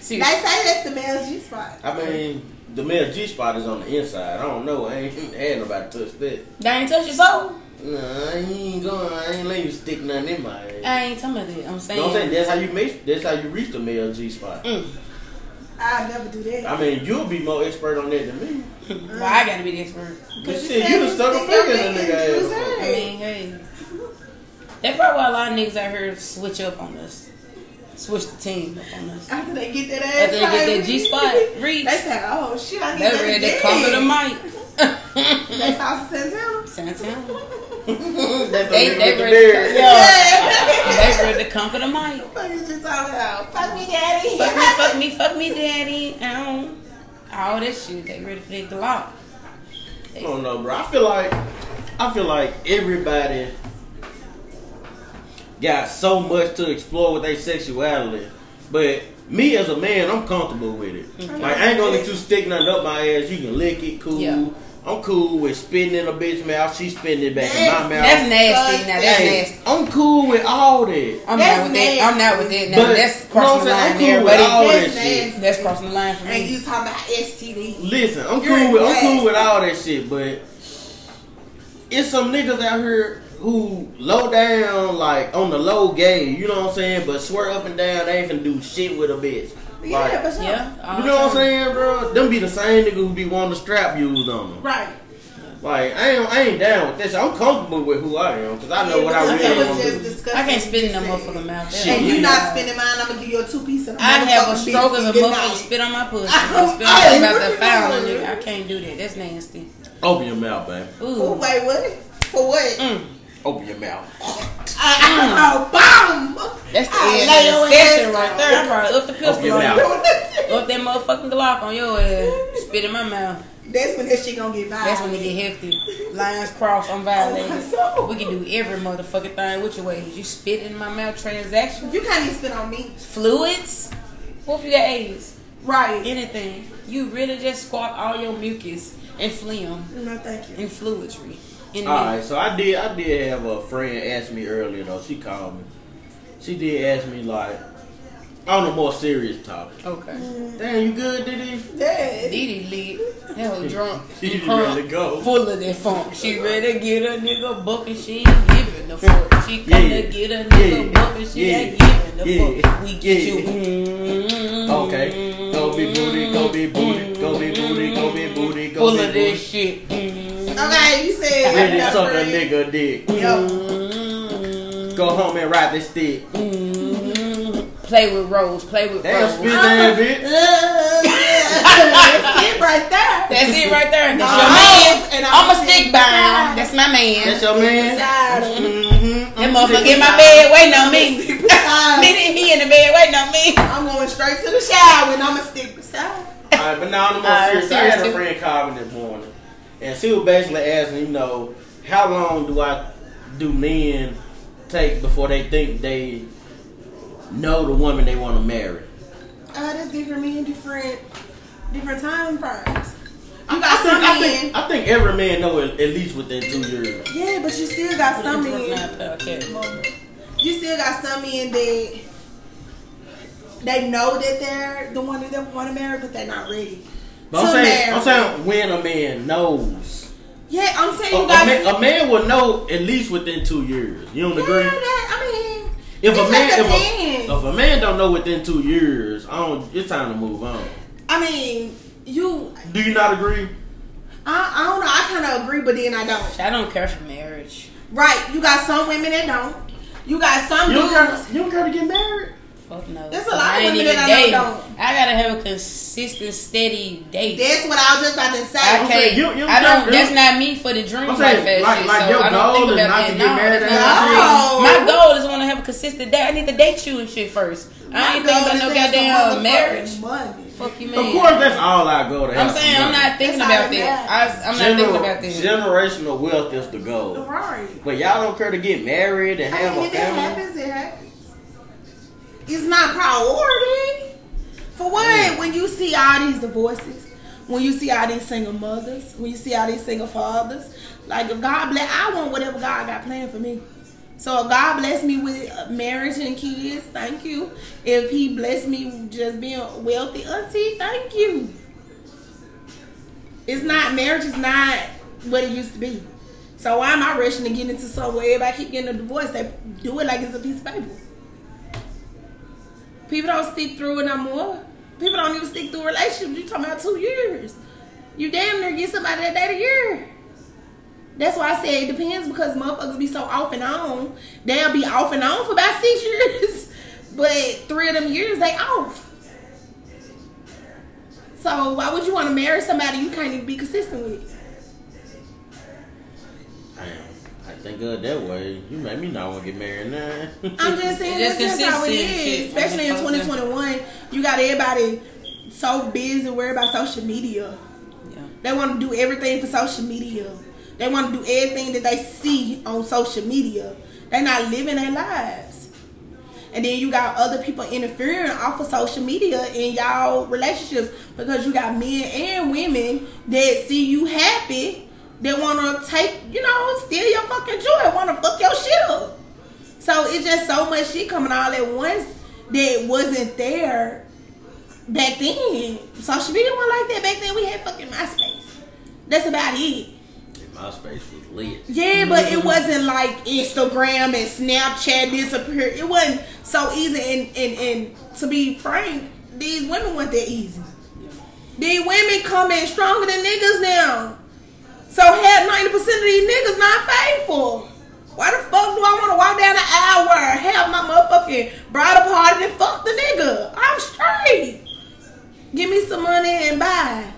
Speaker 3: Seriously.
Speaker 2: They say that's the male's G spot.
Speaker 1: I mean, the male G spot is on the inside. I don't know. I ain't had nobody touch that.
Speaker 3: That ain't touch your soul.
Speaker 1: Nah, I ain't going. I ain't letting you stick nothing in my ass.
Speaker 3: I ain't talking about that. I'm saying.
Speaker 1: Don't say that's how you make. That's how you reach the male G spot.
Speaker 3: Mm.
Speaker 2: I'll never do that.
Speaker 1: I mean, you'll be more expert on that than me.
Speaker 3: Well, I gotta be the expert.
Speaker 1: But
Speaker 2: you
Speaker 1: shit,
Speaker 2: said
Speaker 1: you
Speaker 2: you
Speaker 1: done stuck a
Speaker 2: stick
Speaker 1: finger in
Speaker 2: your
Speaker 1: a
Speaker 2: finger in
Speaker 1: nigga
Speaker 2: dude's
Speaker 1: ass.
Speaker 2: ass.
Speaker 3: I mean, hey. That's probably why a lot of niggas out here switch up on us. Switch the team up on us.
Speaker 2: After they get that ass,
Speaker 3: After they get that
Speaker 2: tight,
Speaker 3: G spot
Speaker 2: they
Speaker 3: reached,
Speaker 2: say, "Oh shit, I need
Speaker 3: they
Speaker 2: that
Speaker 3: ready to
Speaker 2: dick."
Speaker 3: conquer the mic.
Speaker 2: That's how Santana.
Speaker 3: Santana.
Speaker 1: That's
Speaker 3: They-
Speaker 1: the nigga
Speaker 3: they
Speaker 1: with the
Speaker 3: ready to
Speaker 1: beard.
Speaker 3: cut- They
Speaker 2: Yeah.
Speaker 3: ready to conquer the mic.
Speaker 2: Fuck you just talking about? Fuck me, daddy.
Speaker 3: Fuck me, fuck me, fuck me, daddy. I don't. All this shit. They ready for their glock.
Speaker 1: I don't know, bro. I feel like I feel like everybody got so much to explore with their sexuality, but me as a man, I'm comfortable with it. Like I ain't gonna let you stick nothing up my ass. You can lick it, cool.
Speaker 3: Yeah.
Speaker 1: I'm cool with spitting in a bitch mouth. She spitting it back in my mouth.
Speaker 3: That's nasty. Now that's
Speaker 1: Hey,
Speaker 3: nasty.
Speaker 1: I'm cool with all that.
Speaker 3: I'm
Speaker 2: That's
Speaker 3: not with that. I'm not with that. Now
Speaker 1: But, you know
Speaker 3: that's
Speaker 1: what I'm
Speaker 3: crossing the
Speaker 1: saying?
Speaker 3: line
Speaker 1: I'm cool
Speaker 3: there,
Speaker 1: with all
Speaker 3: buddy.
Speaker 1: that
Speaker 2: That's
Speaker 1: shit.
Speaker 2: nasty.
Speaker 3: That's crossing the line for
Speaker 2: And
Speaker 3: me.
Speaker 2: you talking about STD?
Speaker 1: Listen, I'm
Speaker 2: You're
Speaker 1: cool with I'm
Speaker 2: impressed.
Speaker 1: cool with all that shit, but it's some niggas out here who low down like on the low game, you know what I'm saying? But swear up and down they ain't finna do shit with a bitch. Like,
Speaker 2: Yeah, for sure.
Speaker 3: Yeah. all
Speaker 1: you know what I'm
Speaker 3: time.
Speaker 1: saying, bro? Them be the same nigga who be wanting the strap used on them.
Speaker 2: Right.
Speaker 1: Like I ain't I ain't down with this. I'm comfortable with who I am because I know what I
Speaker 2: Because that
Speaker 1: really
Speaker 2: was
Speaker 1: want
Speaker 2: just
Speaker 1: to do.
Speaker 2: disgusting.
Speaker 3: I can't spit in no
Speaker 2: Said.
Speaker 3: motherfucking mouth.
Speaker 1: Shit.
Speaker 2: And you
Speaker 1: Yeah.
Speaker 2: not spending mine, I'm gonna give you a two piece of.
Speaker 3: I'd have a
Speaker 2: motherfucking
Speaker 3: stroke of a
Speaker 2: biscuit. Good
Speaker 3: motherfucker
Speaker 2: night.
Speaker 3: spit on my pussy.
Speaker 2: I-
Speaker 3: spit
Speaker 2: I
Speaker 3: on
Speaker 2: ain't
Speaker 3: about the
Speaker 2: working on
Speaker 3: foul on
Speaker 2: it.
Speaker 3: nigga. I can't do that. That's nasty.
Speaker 1: Open your mouth, baby.
Speaker 2: Oh
Speaker 3: Ooh.
Speaker 2: wait, what? For what?
Speaker 3: Mm.
Speaker 1: Open your mouth.
Speaker 2: Oh, bomb!
Speaker 3: That's the
Speaker 2: I lay
Speaker 3: end of
Speaker 2: your
Speaker 3: the session
Speaker 2: ass
Speaker 3: right
Speaker 2: out.
Speaker 3: there. I probably up the pistol
Speaker 1: Open your
Speaker 3: on
Speaker 1: mouth.
Speaker 3: you. Up that motherfucking Glock on your ass. Spit in my mouth.
Speaker 2: That's when that shit gonna get violent.
Speaker 3: That's when it get hefty. Lines crossed. I'm violated.
Speaker 2: Oh, my soul.
Speaker 3: We can do every motherfucking thing with your ways. You spit in my mouth. Transactions.
Speaker 2: You can't even spit on me.
Speaker 3: Fluids. What if you got AIDS?
Speaker 2: Right.
Speaker 3: Anything. You really just squat all your mucus and phlegm
Speaker 2: No, thank you.
Speaker 3: and fluidry. In me.
Speaker 1: All right, so I did. I did have a friend ask me earlier though. She called me. She did ask me like on a more serious topic.
Speaker 3: Okay.
Speaker 1: Damn, you good, Diddy?
Speaker 2: Dad.
Speaker 3: Didi lit. That was drunk.
Speaker 1: She
Speaker 3: drunk,
Speaker 1: ready to go.
Speaker 3: Full of that funk. She ready to get a nigga buck and she ain't giving the fuck. She come
Speaker 1: Yeah.
Speaker 3: to get a nigga
Speaker 1: Yeah.
Speaker 3: buck and she
Speaker 1: Yeah.
Speaker 3: ain't giving the
Speaker 1: Yeah.
Speaker 3: fuck. We get
Speaker 1: Yeah.
Speaker 3: you. Mm-hmm.
Speaker 1: Okay. Go be booty. Go be booty. Go be booty. Go be booty. Go
Speaker 3: Full
Speaker 1: be
Speaker 3: of
Speaker 1: booty.
Speaker 3: this shit. Mm-hmm.
Speaker 2: Okay, you said.
Speaker 1: Ready to
Speaker 2: Yeah,
Speaker 1: suck a
Speaker 2: friend.
Speaker 1: nigga dick.
Speaker 2: Yo,
Speaker 1: Go home and ride this dick.
Speaker 3: Play with Rose. Play with
Speaker 1: Damn, spit
Speaker 3: Rose.
Speaker 1: that bitch.
Speaker 2: That's it right there. Uh,
Speaker 3: That's it right there. That's
Speaker 2: Nah.
Speaker 3: your man.
Speaker 2: And
Speaker 3: I'm
Speaker 2: I'm
Speaker 3: a
Speaker 2: stick
Speaker 3: stick bound.
Speaker 2: down.
Speaker 3: That's my man.
Speaker 1: That's your man.
Speaker 2: Besides,
Speaker 1: Mm-hmm.
Speaker 3: That motherfucker in my bed waiting on me.
Speaker 2: besides,
Speaker 3: Minute he in the bed waiting on me.
Speaker 2: Uh, I'm going straight to the shower and I'm gonna stick beside.
Speaker 1: All right, but now I'm more
Speaker 3: Alright,
Speaker 1: serious. I had a
Speaker 3: serious.
Speaker 1: friend call me this morning, and she was basically asking, you know, how long do I do men take before they think they know the woman they want to marry?
Speaker 2: Uh, that's different men, different, different time frames. You
Speaker 1: I
Speaker 2: got
Speaker 1: think,
Speaker 2: some
Speaker 1: I think,
Speaker 2: men.
Speaker 1: I think every man know at, at least within two years.
Speaker 2: Yeah, but you still got some men.
Speaker 3: Okay.
Speaker 2: you still got some men that they know that they're the one that they want to marry, but they're not ready.
Speaker 1: But I'm
Speaker 2: to
Speaker 1: saying, I'm
Speaker 2: marry.
Speaker 1: saying when a man knows
Speaker 2: Yeah, I'm
Speaker 1: A,
Speaker 2: saying
Speaker 1: a
Speaker 2: you guys.
Speaker 1: Oh, man, a man will know at least within two years. You don't
Speaker 2: yeah,
Speaker 1: agree?
Speaker 2: that, I mean,
Speaker 1: If a
Speaker 2: it's
Speaker 1: man,
Speaker 2: like a
Speaker 1: if a, oh.
Speaker 2: man.
Speaker 1: if a man don't know within two years, I don't. It's time to move on.
Speaker 2: I mean, you.
Speaker 1: Do you not agree?
Speaker 2: I, I don't know. I kind of agree, but then I don't.
Speaker 3: I don't care for marriage.
Speaker 2: Right? You got some women that don't. You got some
Speaker 1: You don't
Speaker 2: dudes.
Speaker 1: got, you don't got to get married.
Speaker 3: Fuck no.
Speaker 2: There's a lot of women that I
Speaker 3: dating.
Speaker 2: don't.
Speaker 3: I gotta have a consistent, steady date.
Speaker 2: That's what I was just about to say.
Speaker 3: I
Speaker 1: I'm
Speaker 3: can't.
Speaker 1: saying, you- you-
Speaker 3: I don't.
Speaker 1: you-
Speaker 3: That's not me for the dream
Speaker 1: I'm
Speaker 3: life.
Speaker 1: saying,
Speaker 3: as
Speaker 1: like-
Speaker 3: shit,
Speaker 1: like
Speaker 3: so
Speaker 1: your
Speaker 3: I don't
Speaker 1: goal
Speaker 3: think
Speaker 1: is
Speaker 3: about
Speaker 1: not
Speaker 3: that.
Speaker 1: to get
Speaker 3: No,
Speaker 1: married and
Speaker 3: that's not
Speaker 2: have
Speaker 3: my
Speaker 2: kids.
Speaker 3: dream. My goal is want to have a consistent date. I need to date you and shit
Speaker 2: My
Speaker 3: first. I ain't thinking about
Speaker 2: goal
Speaker 3: no
Speaker 2: is to have some
Speaker 3: goddamn
Speaker 2: motherfucking
Speaker 3: marriage.
Speaker 2: money.
Speaker 3: Fuck you, man.
Speaker 1: Of course, that's all I go to.
Speaker 3: I'm
Speaker 1: have
Speaker 3: saying I'm
Speaker 1: money.
Speaker 3: not thinking
Speaker 2: That's
Speaker 3: about
Speaker 2: all that
Speaker 3: that. I, I'm not thinking
Speaker 1: Gener-
Speaker 3: about that.
Speaker 1: Generational wealth is the goal.
Speaker 2: Right.
Speaker 1: But y'all don't care to get married and
Speaker 2: I
Speaker 1: have
Speaker 2: mean,
Speaker 1: a
Speaker 2: if it
Speaker 1: family.
Speaker 2: happens, it happens. It's not priority. For one, when you see all these divorces, when you see all these single mothers, when you see all these single fathers, like if God bless, I want whatever God got planned for me. So if God bless me with uh, marriage and kids, thank you. If He bless me with just being wealthy, auntie, thank you. It's not marriage is not what it used to be. So why am I rushing to get into something where everybody keep getting a divorce? They do it like it's a piece of paper. People don't stick through it no more. People don't even stick through relationships. You talking about two years. You damn near get somebody that date a year. That's why I say it depends because motherfuckers be so off and on. They'll be off and on for about six years. but three of them years they off. So why would you want to marry somebody you can't even be consistent with?
Speaker 1: Damn, I think of it that way. You made me not want to get married now.
Speaker 2: I'm just saying
Speaker 3: Just
Speaker 2: that's just how it
Speaker 3: consistency and shit.
Speaker 2: is. Especially in
Speaker 3: That's what I'm saying.
Speaker 2: 2021, you got everybody so busy worried about social media.
Speaker 3: Yeah.
Speaker 2: They want to do everything for social media. They want to do everything that they see on social media. They're not living their lives. And then you got other people interfering off of social media in y'all relationships because you got men and women that see you happy, that want to take, you know, steal your fucking joy, want to fuck your shit up. So it's just so much shit coming all at once that wasn't there back then. Social media wasn't like that back then. We had fucking MySpace. That's about it.
Speaker 1: My space was lit.
Speaker 2: Yeah, but it wasn't like Instagram and Snapchat disappeared. It wasn't so easy. And and and to be frank, these women weren't that easy. These women come in stronger than niggas now. So had ninety percent of these niggas not faithful. Why the fuck do I want to walk down the aisle where I have my motherfucking bridal party and fuck the nigga? I'm straight. Give me some money and buy.
Speaker 1: I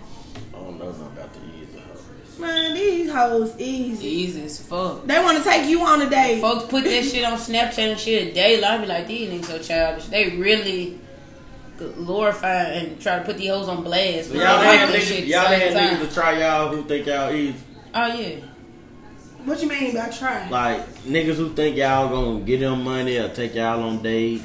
Speaker 1: don't know nothing about the years of hers.
Speaker 2: Man, these hoes easy.
Speaker 3: Easy as fuck.
Speaker 2: They want to take you on a date.
Speaker 3: Folks put that shit on Snapchat and shit daily. I be like, these niggas so childish. They really glorify and try to put these hoes on blast.
Speaker 1: So
Speaker 3: but
Speaker 1: y'all
Speaker 3: they like
Speaker 1: had
Speaker 3: that
Speaker 1: niggas,
Speaker 3: shit
Speaker 1: y'all
Speaker 3: at the
Speaker 1: had
Speaker 3: same time.
Speaker 1: niggas to try y'all who think y'all easy.
Speaker 3: Oh yeah.
Speaker 2: What you mean by trying?
Speaker 1: Like niggas who think y'all gonna get them money or take y'all on dates.